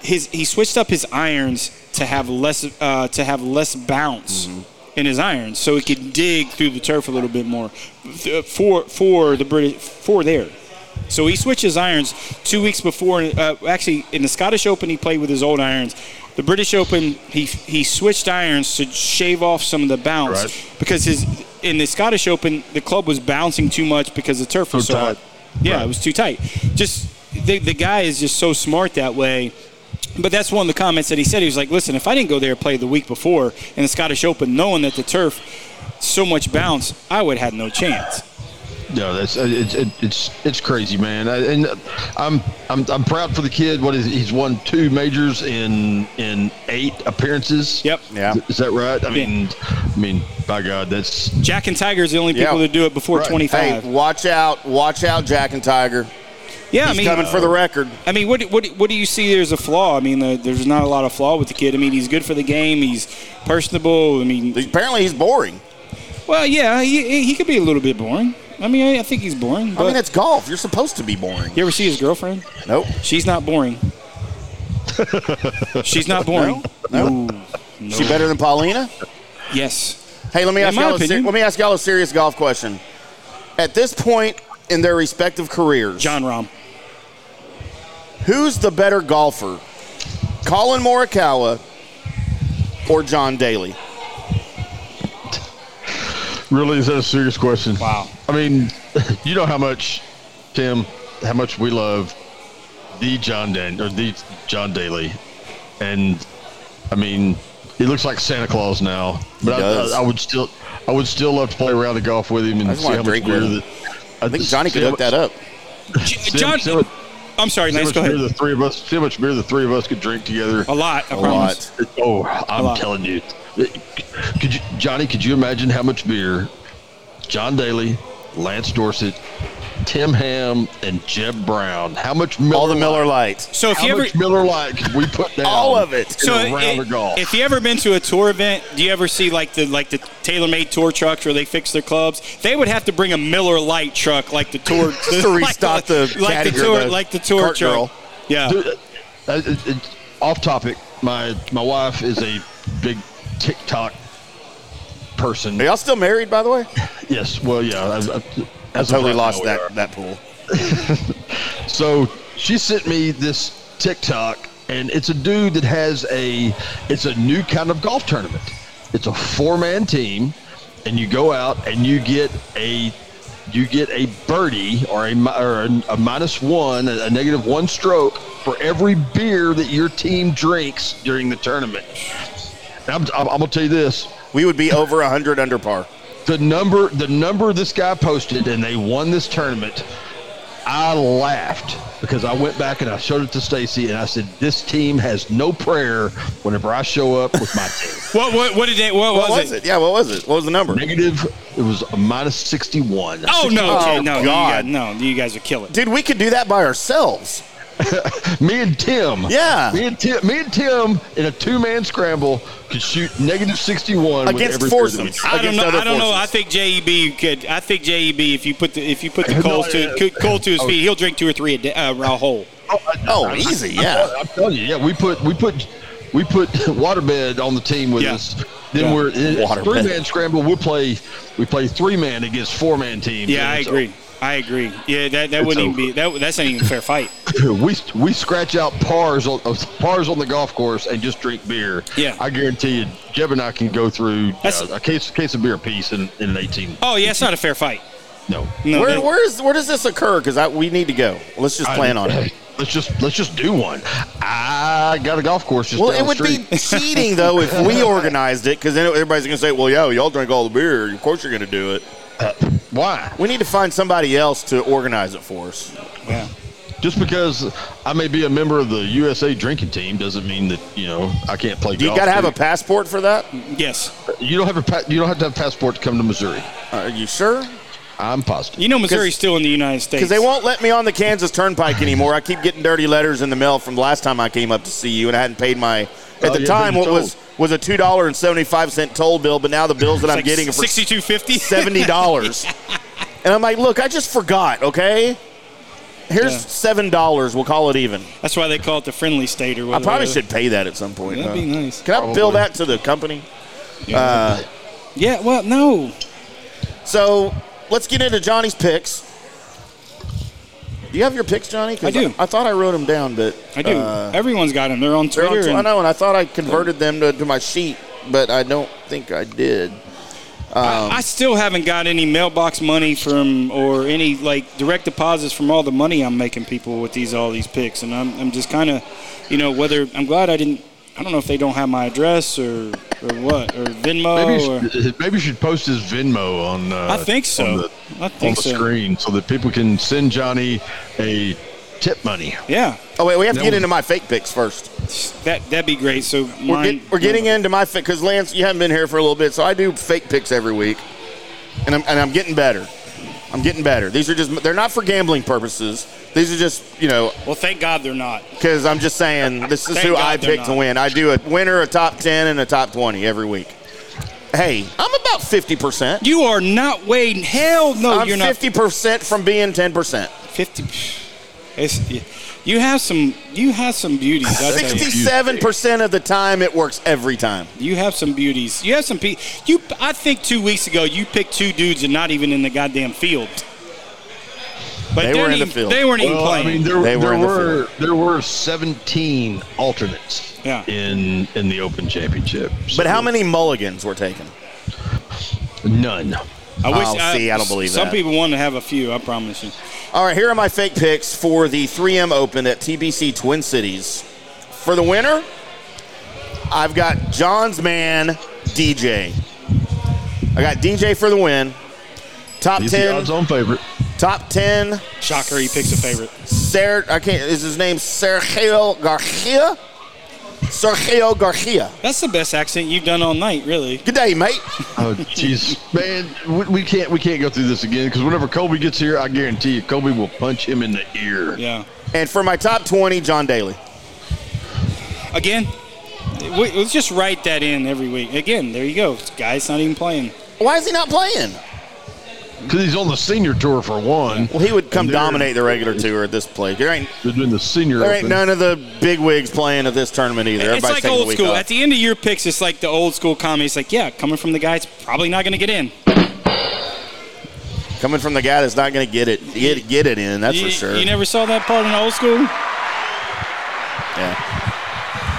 his he switched up his irons to have less uh, to have less bounce in his irons, so he could dig through the turf a little bit more th- uh, for for the British for there. So he switches irons two weeks before. Uh, actually, in the Scottish Open, he played with his old irons. The British Open, he he switched irons to shave off some of the bounce Right. because his in the Scottish Open, the club was bouncing too much because the turf was So so hard. tight. Yeah, Right. it was too tight. Just the the guy is just so smart that way. But that's one of the comments that he said. He was like, "Listen, if I didn't go there and play the week before in the Scottish Open, knowing that the turf so much bounce, I would have had no chance." No, that's uh, it's it, it's it's crazy, man. I, and uh, I'm I'm I'm proud for the kid. What is he? he's won two majors in in eight appearances. Yep. Yeah. Is that right? I Yeah. mean, I mean, by God, that's Jack and Tiger is the only people Yeah. to do it before Right. 25. Hey, watch out, watch out, Jack and Tiger. Yeah, He's I mean, uh, coming for the record. I mean, what, what what do you see there as a flaw? I mean, uh, there's not a lot of flaw with the kid. I mean, he's good for the game. He's personable. I mean, Apparently, he's boring. well, yeah, he, he could be a little bit boring. I mean, I, I think he's boring. But I mean, it's golf. You're supposed to be boring. you ever see his girlfriend? Nope. She's not boring. She's not boring. No. She better than Paulina? Yes. Hey, let me In ask my y'all. A ser- opinion. let me ask y'all a serious golf question. At this point in their respective careers, John Rahm. who's the better golfer, Colin Morikawa or John Daly? really is that a serious question? Wow. I mean, you know how much Tim, how much we love the John Dan or the John Daly, and I mean, he looks like Santa Claus now. But He I, does. I, I would still, I would still love to play around the golf with him and I just see wanna how much drink with beer him. that. I think Johnny could hook that up. J- See how John. much- see how much- I'm sorry, see how Lance. much Go beer ahead. the three of us, see how much beer the three of us could drink together. A lot. I A promise. lot. Oh, lot. I'm telling you, could you, Johnny? Could you imagine how much beer John Daly, Lance Dorset, Tim Ham, and Jeb Brown? How much Miller? All the Miller Lite- Lights. So if How you ever much Miller Lite could we put down? All of it. in So a round i- of golf. if you ever been to a tour event, do you ever see like the like the tailor-made tour trucks where they fix their clubs? They would have to bring a Miller Light truck like the tour Just to restock the like caddy the or tour the like the tour cart truck. girl. Yeah, Dude, uh, uh, it- it's off topic. My my wife is a big TikTok person. Are y'all still married, by the way? Yes. Well, yeah. I, I, I as of totally right lost now, we are. that, that pool. So she sent me this TikTok, and it's a dude that has a it's a new kind of golf tournament. It's a four man team, and you go out and you get a you get a birdie or a mi- or a, a minus one, a, a negative one stroke for every beer that your team drinks during the tournament. And I'm, I'm, I'm gonna tell you this. We would be over 100 under par. the number the number this guy posted and they won this tournament i laughed because i went back and i showed it to stacy and i said this team has no prayer whenever i show up with my team What, what, what did they, what, What was it? Yeah, what was it? What was the number? negative it was a minus 61 Oh, no, Oh, okay, no, you God. guys, no, you guys are killing. Dude, we could do that by ourselves. me and tim Yeah. me and tim, me and tim in a two-man scramble could shoot negative 61 with Against every foursomes. I three that we- don't Against know. other I don't know. I forces. think JEB could. I think JEB if you put the if you put the No, coals to yeah. could- coal to his feet, he'll drink two or three a, day, uh, a whole. Oh, easy, yeah. I'm telling you, yeah, we put we put we put Waterbed on the team with Yeah. us. Then we're Waterbed. three man scramble. We play we play three man against four man teams. Yeah, And I it's agree. I agree. Yeah, that, that wouldn't even be over. that. That's not even a fair fight. over. We we scratch out pars on uh, pars on the golf course and just drink beer. Yeah. I guarantee you, Jeb and I can go through That's- uh, a case case of beer apiece in, in an eighteen. Oh yeah, it's not a fair fight. No, No, Where, that- where, is, where does this occur? Because we need to go. Let's just plan on it. Let's just let's just do one. I got a golf course. Just Well, down it the would street. be cheating, though, if we organized it, because then everybody's going to say, well, yo, y'all drink all the beer. Of course you're going to do it. why? We need to find somebody else to organize it for us. yeah. Just because I may be a member of the USA drinking team doesn't mean that you know I can't play. Do you golf, got to have a dude. passport for that? Yes. You don't have a. pa- You don't have to have a passport to come to Missouri. Are you sure? I'm positive. You know Missouri's still in the United States. Because they won't let me on the Kansas Turnpike anymore. I keep getting dirty letters in the mail from last time I came up to see you, and I hadn't paid my at Oh, the you time haven't what told. was was a two dollar and seventy five cent toll bill, but now the bills that I'm Like getting are for sixty-two fifty. seventy dollars, and I'm like, look, I just forgot. Okay, here's Yeah. seven dollars. We'll call it even. That's why they call it the friendly state or I whatever. probably should pay that at some point. That'd huh? be nice. Can I bill that to the company? Yeah. Well, no. So let's get into Johnny's picks. Do you have your picks, Johnny? 'Cause I do. I, thought I wrote them down, but I do. uh, Everyone's got them. They're on They're on Twitter. tw- and- I know, and I thought I converted them to, to my sheet, but I don't think I did. I still haven't got any mailbox money from or any like direct deposits from all the money I'm making people with these all these picks, and I'm, I'm just kind of, you know, whether I'm glad I didn't. I don't know if they don't have my address or or what or Venmo Maybe, or. you should, maybe you should post his Venmo on. Uh, I think so. On the, I on think the so. screen so that people can send Johnny a tip money. Yeah, Oh wait, we have to That get was- into my fake picks first. that that'd be great. So We're, mine, get, we're getting into my fake because Lance, you haven't been here for a little bit, so I do fake picks every week, and I'm and I'm getting better. I'm getting better. These are just they're not for gambling purposes. These are just you know Well, thank God they're not. because I'm just saying this is Thank who God I they're pick to not. win. I do a winner, a top ten, and a top twenty every week. Hey, I'm about fifty percent. You are not waiting. Hell no, I'm you're not. fifty percent from being ten percent. 50 it's, you have some. You have some beauties. I tell you. Sixty-seven percent of the time, it works every time. You have some beauties. You have some pe- You, I think two weeks ago you picked two dudes and not even in the goddamn field. But They they're were in the even- field. They weren't even Well, I playing. mean, there, They were there in the were there were 17 alternates Yeah. in in the Open Championship. But how So, many mulligans were taken? None. I Oh, see, I don't believe some that. people want to have a few. I promise you. All right, here are my fake picks for the 3M Open at TBC Twin Cities. For the winner, I've got John's man, DJ. I got DJ for the win. Top He's the ten, odds-on favorite. top ten. Shocker, he picks a favorite. Ser, I can't. Is his name Sergio Garcia? Sergio Garcia. That's the best accent you've done all night, really. Good day, mate. Oh jeez, man, we, we can't we can't go through this again because whenever Kobe gets here, I guarantee you, Kobe will punch him in the ear. Yeah. And for my top twenty, John Daly. Again, we, let's just write that in every week. Again, there you go. This guy's not even playing. Why is he not playing? Because he's on the senior tour for one. Well, he would come And they're- dominate the regular tour at this place. There ain't They're doing the senior. there ain't Open. none of the big wigs playing at this tournament either. It's Everybody's like taking a old week school. off. At the end of your picks, it's like the old school comedy. It's like, yeah, coming from the guy, it's probably not going to get in. Coming from the guy that's not going to get it get, get it in, that's you, for sure. You never saw that part in old school? yeah.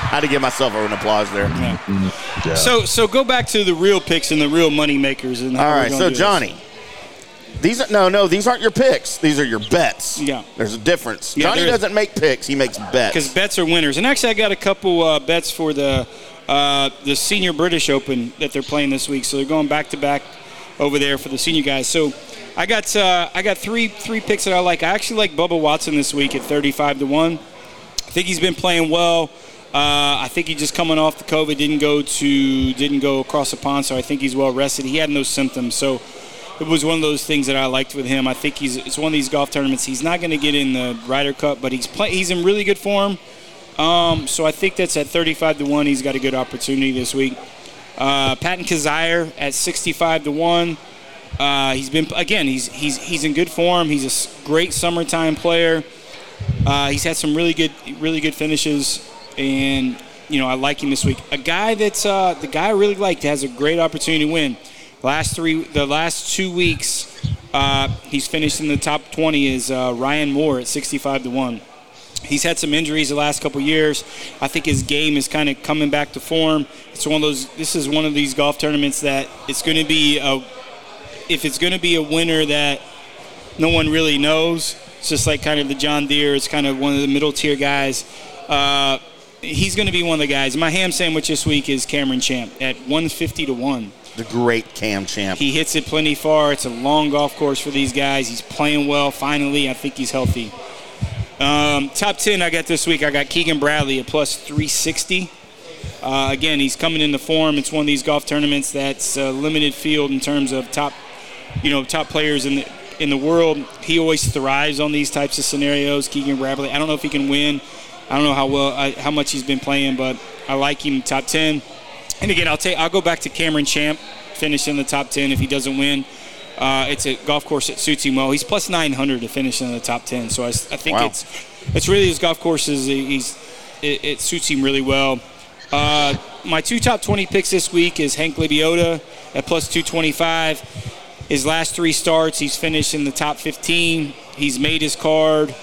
I had to give myself an applause there. Yeah. So, so go back to the real picks and the real money makers. And how All we're right, gonna so do this. Johnny, these are, no no these aren't your picks. These are your bets. Yeah. there's a difference. Yeah, Johnny there is. doesn't make picks; he makes because bets. bets are winners. And actually, I got a couple uh, bets for the uh, the Senior British Open that they're playing this week. So they're going back to back over there for the senior guys. So I got uh, I got three three picks that I like. I actually like Bubba Watson this week at 35 to one. I think he's been playing well. Uh, I think he just coming off the COVID didn't go to didn't go across the pond, so I think he's well rested. He had no symptoms, so it was one of those things that I liked with him. I think he's it's one of these golf tournaments. He's not going to get in the Ryder Cup, but he's play, he's in really good form. Um, so I think that's at 35 to one. He's got a good opportunity this week. Uh, Patton Kazire at 65 to one. Uh, he's been again. He's he's he's in good form. He's a s- great summertime player. Uh, he's had some really good really good finishes, and you know I like him this week. A guy that's uh, the guy I really liked has a great opportunity to win. Last three the last two weeks, uh, he's finished in the top 20. Is uh, Ryan Moore at 65 to one. He's had some injuries the last couple years. I think his game is kind of coming back to form. It's one of those. This is one of these golf tournaments that it's going to be a if it's going to be a winner that no one really knows, it's just like kind of the John Deere. It's kind of one of the middle tier guys. Uh, he's going to be one of the guys. My ham sandwich this week is Cameron Champ at 150 to one. The great Cam Champ. He hits it plenty far. It's a long golf course for these guys. He's playing well. Finally, I think he's healthy. Um, top 10 I got this week, I got Keegan Bradley at plus 360. Uh, again, he's coming into form. It's one of these golf tournaments that's a limited field in terms of top, you know, top players in the in the world. He always thrives on these types of scenarios. Keegan Bradley. I don't know if he can win. I don't know how well I, how much he's been playing, but I like him top 10. And again, I'll take I'll go back to Cameron Champ, finish in the top 10 if he doesn't win. Uh, it's a golf course that suits him well. He's plus 900 to finish in the top 10. So I, s- I think Wow. it's it's really his golf courses. He's it, it suits him really well. Uh, my two top 20 picks this week is Hank Libiota at plus 225. His last three starts, he's finished in the top 15. He's made his card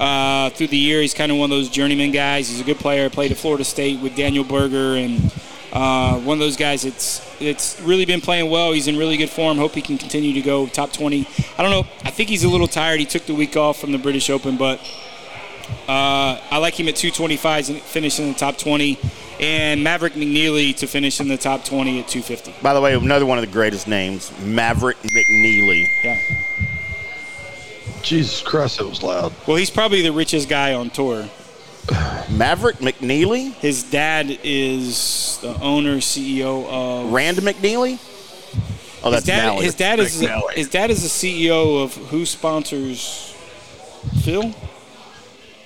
uh, through the year. He's kind of one of those journeyman guys. He's a good player. Played at Florida State with Daniel Berger, and uh, one of those guys that's that's really been playing well. He's in really good form. Hope he can continue to go top 20. I don't know. I think he's a little tired. He took the week off from the British Open, but uh, I like him at 225 and finish in the top 20, and Maverick McNeely to finish in the top 20 at 250. By the way, another one of the greatest names, Maverick McNeely. Yeah. Jesus Christ, that was loud. Well, he's probably the richest guy on tour. Maverick McNeely? His dad is the owner, CEO of. Rand McNeely? Oh, that's his dad, Mallard. his dad is McNally. his dad is the CEO of who sponsors Phil?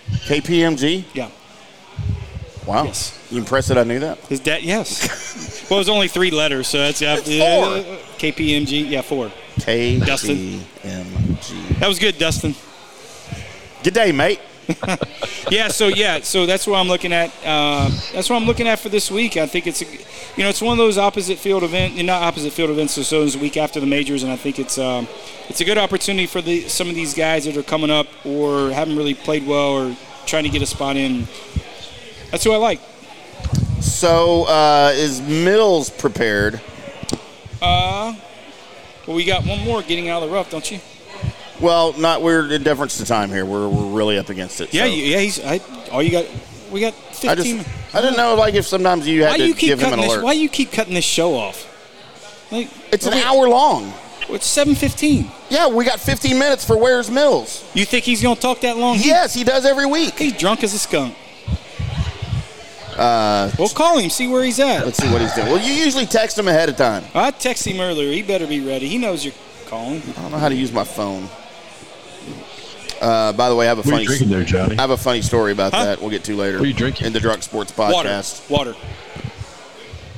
KPMG? Yeah. Wow. Yes. You impressed that I knew that? His dad, yes. well, it was only three letters, so that's uh, Four. KPMG. Yeah, four. Dustin. KPMG. That was good, Dustin. Good day, mate. yeah, so yeah, so that's what I'm looking at. Uh, that's what I'm looking at for this week. I think it's, a, you know, it's one of those opposite field event, not opposite field events. So, so it's the week after the majors, and I think it's um, it's a good opportunity for the some of these guys that are coming up or haven't really played well or trying to get a spot in. That's who I like. So, uh, is Mills prepared? Well, we got one more getting out of the rough, don't you? Well, not. We're in difference to time here. We're, we're really up against it. Yeah, so. you, yeah. He's I, all you got. We got I 15. just. I didn't know. Like, if sometimes you had why to you keep give him cutting an this? alert. Why you keep cutting this show off? Like it's an we- hour long. It's seven fifteen. Yeah, we got 15 minutes for Where's Mills. You think he's gonna talk that long? He- Yes, he does every week. He's drunk as a skunk. Uh, we'll call him, see where he's at. Let's see what he's doing. Well, you usually text him ahead of time. I texted him earlier. He better be ready. He knows you're calling. I don't know how to use my phone. Uh, by the way, I have a What are funny. you drinking there, Johnny? I have a funny story about Huh? that. We'll get to later. What are you drinking? In the Drunk Sports Water. podcast. Water.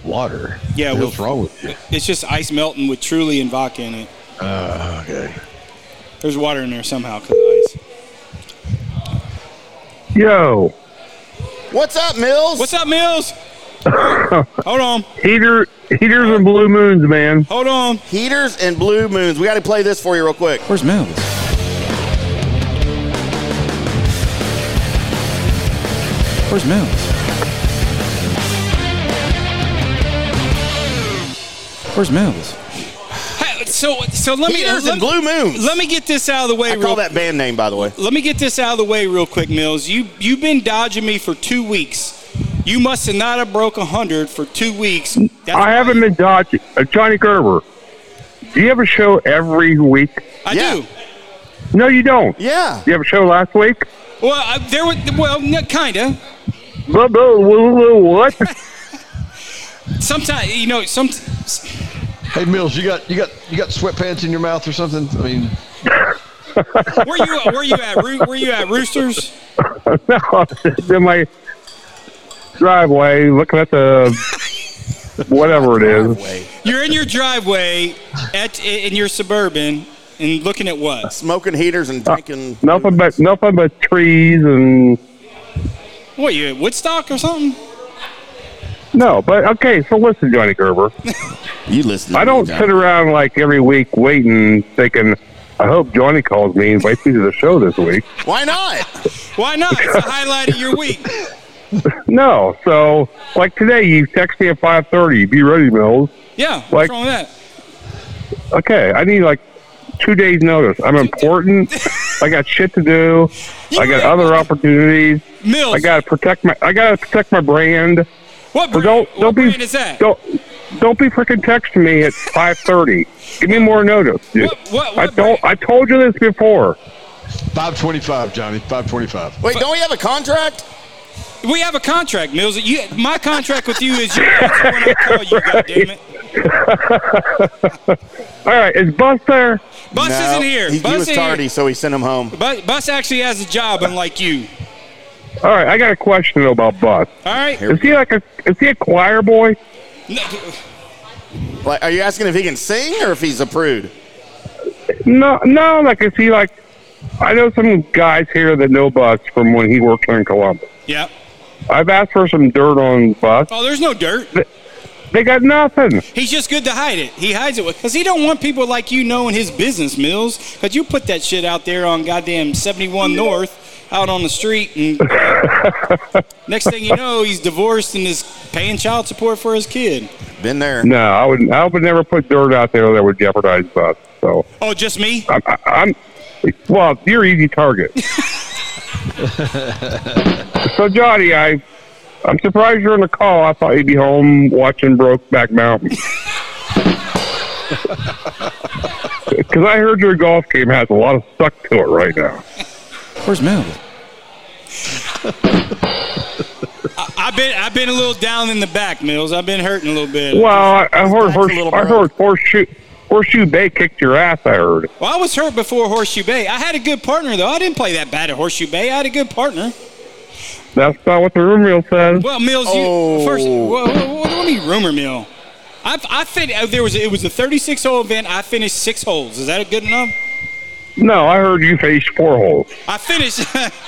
Water. Yeah, What the with- hell's wrong with you? It's just ice melting with truly and vodka in it. Uh, okay. There's water in there somehow because of ice. Yo, What's up, Mills? What's up, Mills? hold on. heater, heaters and blue moons, man. Hold on. Heaters and Blue Moons. We got to play this for you real quick. Where's Mills? Where's Mills? Where's Mills? so, so let me Heaters let, and Blue Moons. let me get this out of the way. I real call that band name, by the way. let me get this out of the way real quick, Mills. You you've been dodging me for two weeks. You must have not have broke hundred for two weeks. That's I haven't been dodging. Uh, Johnny Gerber. Do you have a show every week? I Yeah. do. No, you don't. Yeah. You have a show last week? Well, I, there were well, n- kinda. Blah, blah, blah, blah, what? Sometimes you know, some Hey Mills, you got you got you got sweatpants in your mouth or something? I mean, where you where you at? Roo- Where you at? Roosters? no, I'm just in my driveway looking at the whatever it is. You're in your driveway at in your suburban and looking at what? Smoking heaters and drinking. Uh, Nothing but nothing but trees and What you at Woodstock or something? no. But okay, so listen, Johnny Gerber. You listen. to I me, don't John. sit around like every week waiting, thinking. I hope Johnny calls me and invites me to the show this week. Why not? Why not? It's a highlight of your week. No, so like today, you text me at five thirty. Be ready, Mills. Yeah. What's Like- wrong with that? Okay, I need like two days' notice. I'm important. I got shit to do. I got other opportunities. Mills. I gotta protect my I gotta protect my brand. what So brand, don't what don't be brand is that? don't don't be freaking texting me at five thirty. Give me more notice. dude. What- what- I what told I told you this before. five twenty-five, Johnny, five twenty-five. Wait, don't we have a contract? We have a contract, Mills. You, my contract with you is you answer when I call you. goddammit. it! All right, is Bus there? Bus No, isn't here. He, he Bus was isn't tardy, here. so he sent him home. Bu- Bus actually has a job, unlike you. All right, I got a question about Bus. All right. Is he like a is he a choir boy? No, Like, are you asking if he can sing or if he's a prude? No, no, like is he like? I know some guys here that know Bus from when he worked here in Columbus. Yeah. I've asked for some dirt on Bus. Oh, there's no dirt. They got nothing. He's just good to hide it. He hides it because he don't want people like you knowing his business, Mills. Because you put that shit out there on goddamn 71 North, out on the street, and next thing you know, he's divorced and is paying child support for his kid. Been there. No, I would I would never put dirt out there that would jeopardize Bus. So. Oh, just me? I'm, I- I'm well, you're easy target. so Johnny, I I'm surprised you're on the call. I thought you'd be home watching Brokeback Mountain. Because I heard your golf game has a lot of suck to it right now. Where's Mel? I- I've been I've been a little down in the back, Mills. I've been hurting a little bit. Well, I, I heard back's a horse, little I heard horseshoe horseshoe bay kicked your ass. I heard. Well, I was hurt before Horseshoe Bay. I had a good partner though. I didn't play that bad at Horseshoe Bay. I had a good partner. That's not what the room reel says. Well, Mills, you first. What, what, what do you mean rumor mill? I I fin- uh, there was it was a 36 hole event. I finished six holes. Is that good enough? No, I heard you faced four holes. I finished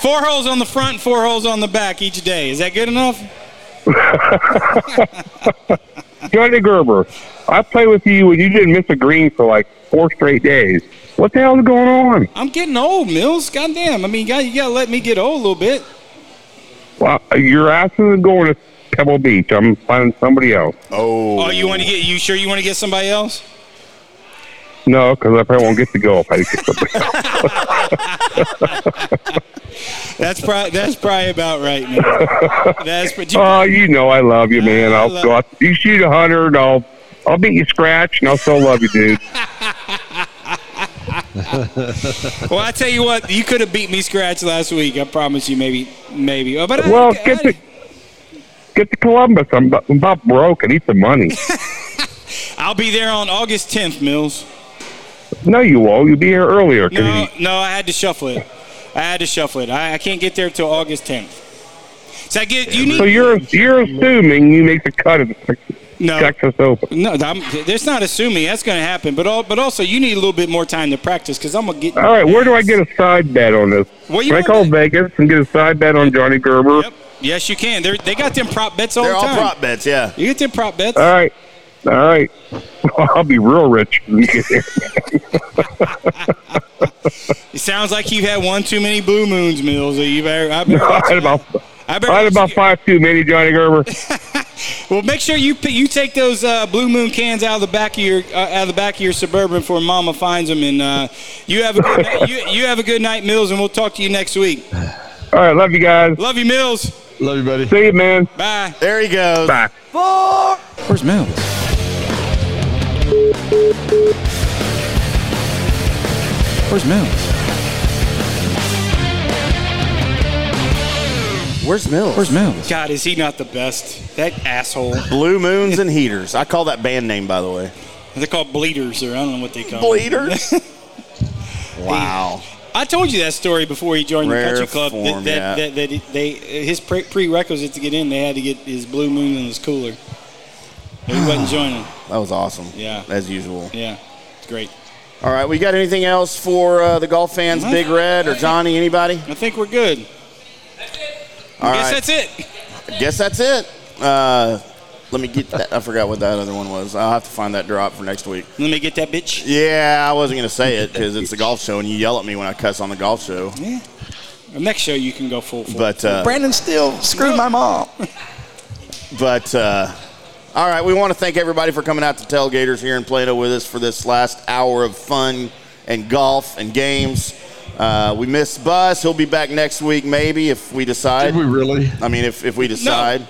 four holes on the front, and four holes on the back each day. Is that good enough? Johnny Gerber, I played with you and you didn't miss a green for like four straight days. What the hell is going on? I'm getting old, Mills. Goddamn. I mean, you gotta, you gotta let me get old a little bit. Well, uh, your ass isn't going to Pebble Beach. I'm finding somebody else. Oh, you want to get? You sure you want to get somebody else? No, because I probably won't get to go if I get somebody else. That's probably that's probably about right. Now. That's but you, Oh, you know I love you, man. I'll go out. You shoot a hundred, I'll I'll beat you scratch, and I'll still love you, dude. well, I tell you what, you could have beat me scratch last week. I promise you, maybe maybe. Oh, But I- Well, I- get to get to Columbus. I'm about, I'm about broke. I need some money. I'll be there on August 10th, Mills. No, you won't. You'll be here earlier. 'cause No, no, I had to shuffle it. I had to shuffle it. I, I can't get there till August 10th. So I get you you- so need you're you're assuming you make the cut of the no, Texas Open. no. I'm, that's not assuming that's going to happen. But all, but also you need a little bit more time to practice because I'm gonna get. All right, where do I get a side bet on this? Well, you Can I know call that- Vegas and get a side bet on Johnny Gerber? Yep. Yes, you can. They're, they got them prop bets all They're the all time. prop bets, yeah. You get them prop bets. All right, all right. I'll be real rich. when we get there. It sounds like you've had one too many blue moons, Mills. You better. I better. I had about I better I had about five too many Johnny Gerber. Well, make sure you p- you take those uh, blue moon cans out of the back of your uh, out of the back of your suburban before Mama finds them. And uh, you have a good night, you, you have a good night, Mills, and we'll talk to you next week. All right, love you guys. Love you, Mills. Love you, buddy. See you, man. Bye. There he goes. Bye. Where's Mills? Where's Mills? Where's Mills? Where's Mills? God, is he not the best? That asshole. Blue Moons and Heaters. I call that band name, by the way. They're called bleeders, or I don't know what they call them. Bleeders. wow. I told you that story before he joined Rare the country club. that- form, that, yeah. that, that, they his pre- prerequisite to get in, they had to get his blue moon and his cooler. But he wasn't joining. That was awesome. Yeah. As usual. Yeah, it's great. All right. We got anything else for uh, the golf fans, Big Red or Johnny? Anybody? I think we're good. All I guess right. that's it. Guess that's it. Uh, let me get that. I forgot what that other one was. I'll have to find that drop for next week. Let me get that bitch. Yeah, I wasn't going to say it because it's a golf show and you yell at me when I cuss on the golf show. Our next show, you can go full. full. But uh, Brandon Steele screwed my mom. But uh, all right, we want to thank everybody for coming out to Tailgaters here in Plano with us for this last hour of fun and golf and games. Uh, we missed Bus. He'll be back next week, maybe, if we decide. Did we really? I mean, if, if we decide.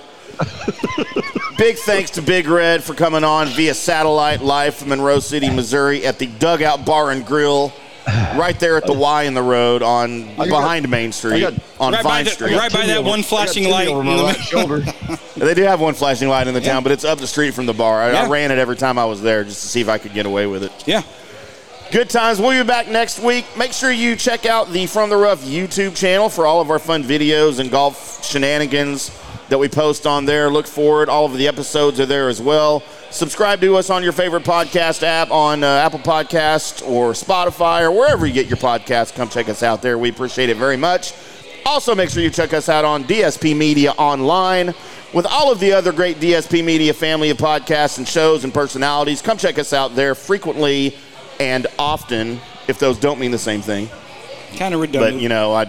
Big thanks to Big Red for coming on via satellite live from Monroe City, Missouri, at the Dugout Bar and Grill, right there at the Y in the road on I got- behind Main Street got- on right by Vine the, Street. right by that one flashing I got light. Timmy in over my the right mi- shoulder. They do have one flashing light in the town, but it's up the street from the bar. I, I Yeah. ran it every time I was there just to see if I could get away with it. yeah. Good times. We'll be back next week. Make sure you check out the From the Rough YouTube channel for all of our fun videos and golf shenanigans that we post on there. Look forward. All of the episodes are there as well. Subscribe to us on your favorite podcast app on uh, Apple Podcasts or Spotify or wherever you get your podcasts. Come check us out there. We appreciate it very much. Also, make sure you check us out on DSP Media Online. With all of the other great DSP Media family of podcasts and shows and personalities, come check us out there frequently and often, if those don't mean the same thing. Kind of But redundant. you know, I,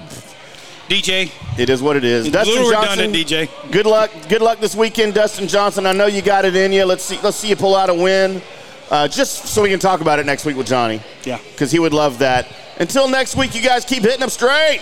DJ, it is what it is. It's a little redundant, DJ. Good luck. Good luck this weekend, Dustin Johnson. I know you got it in you. Let's see. Let's see you pull out a win, uh, just so we can talk about it next week with Johnny, yeah. because he would love that. Until next week, you guys keep hitting them straight.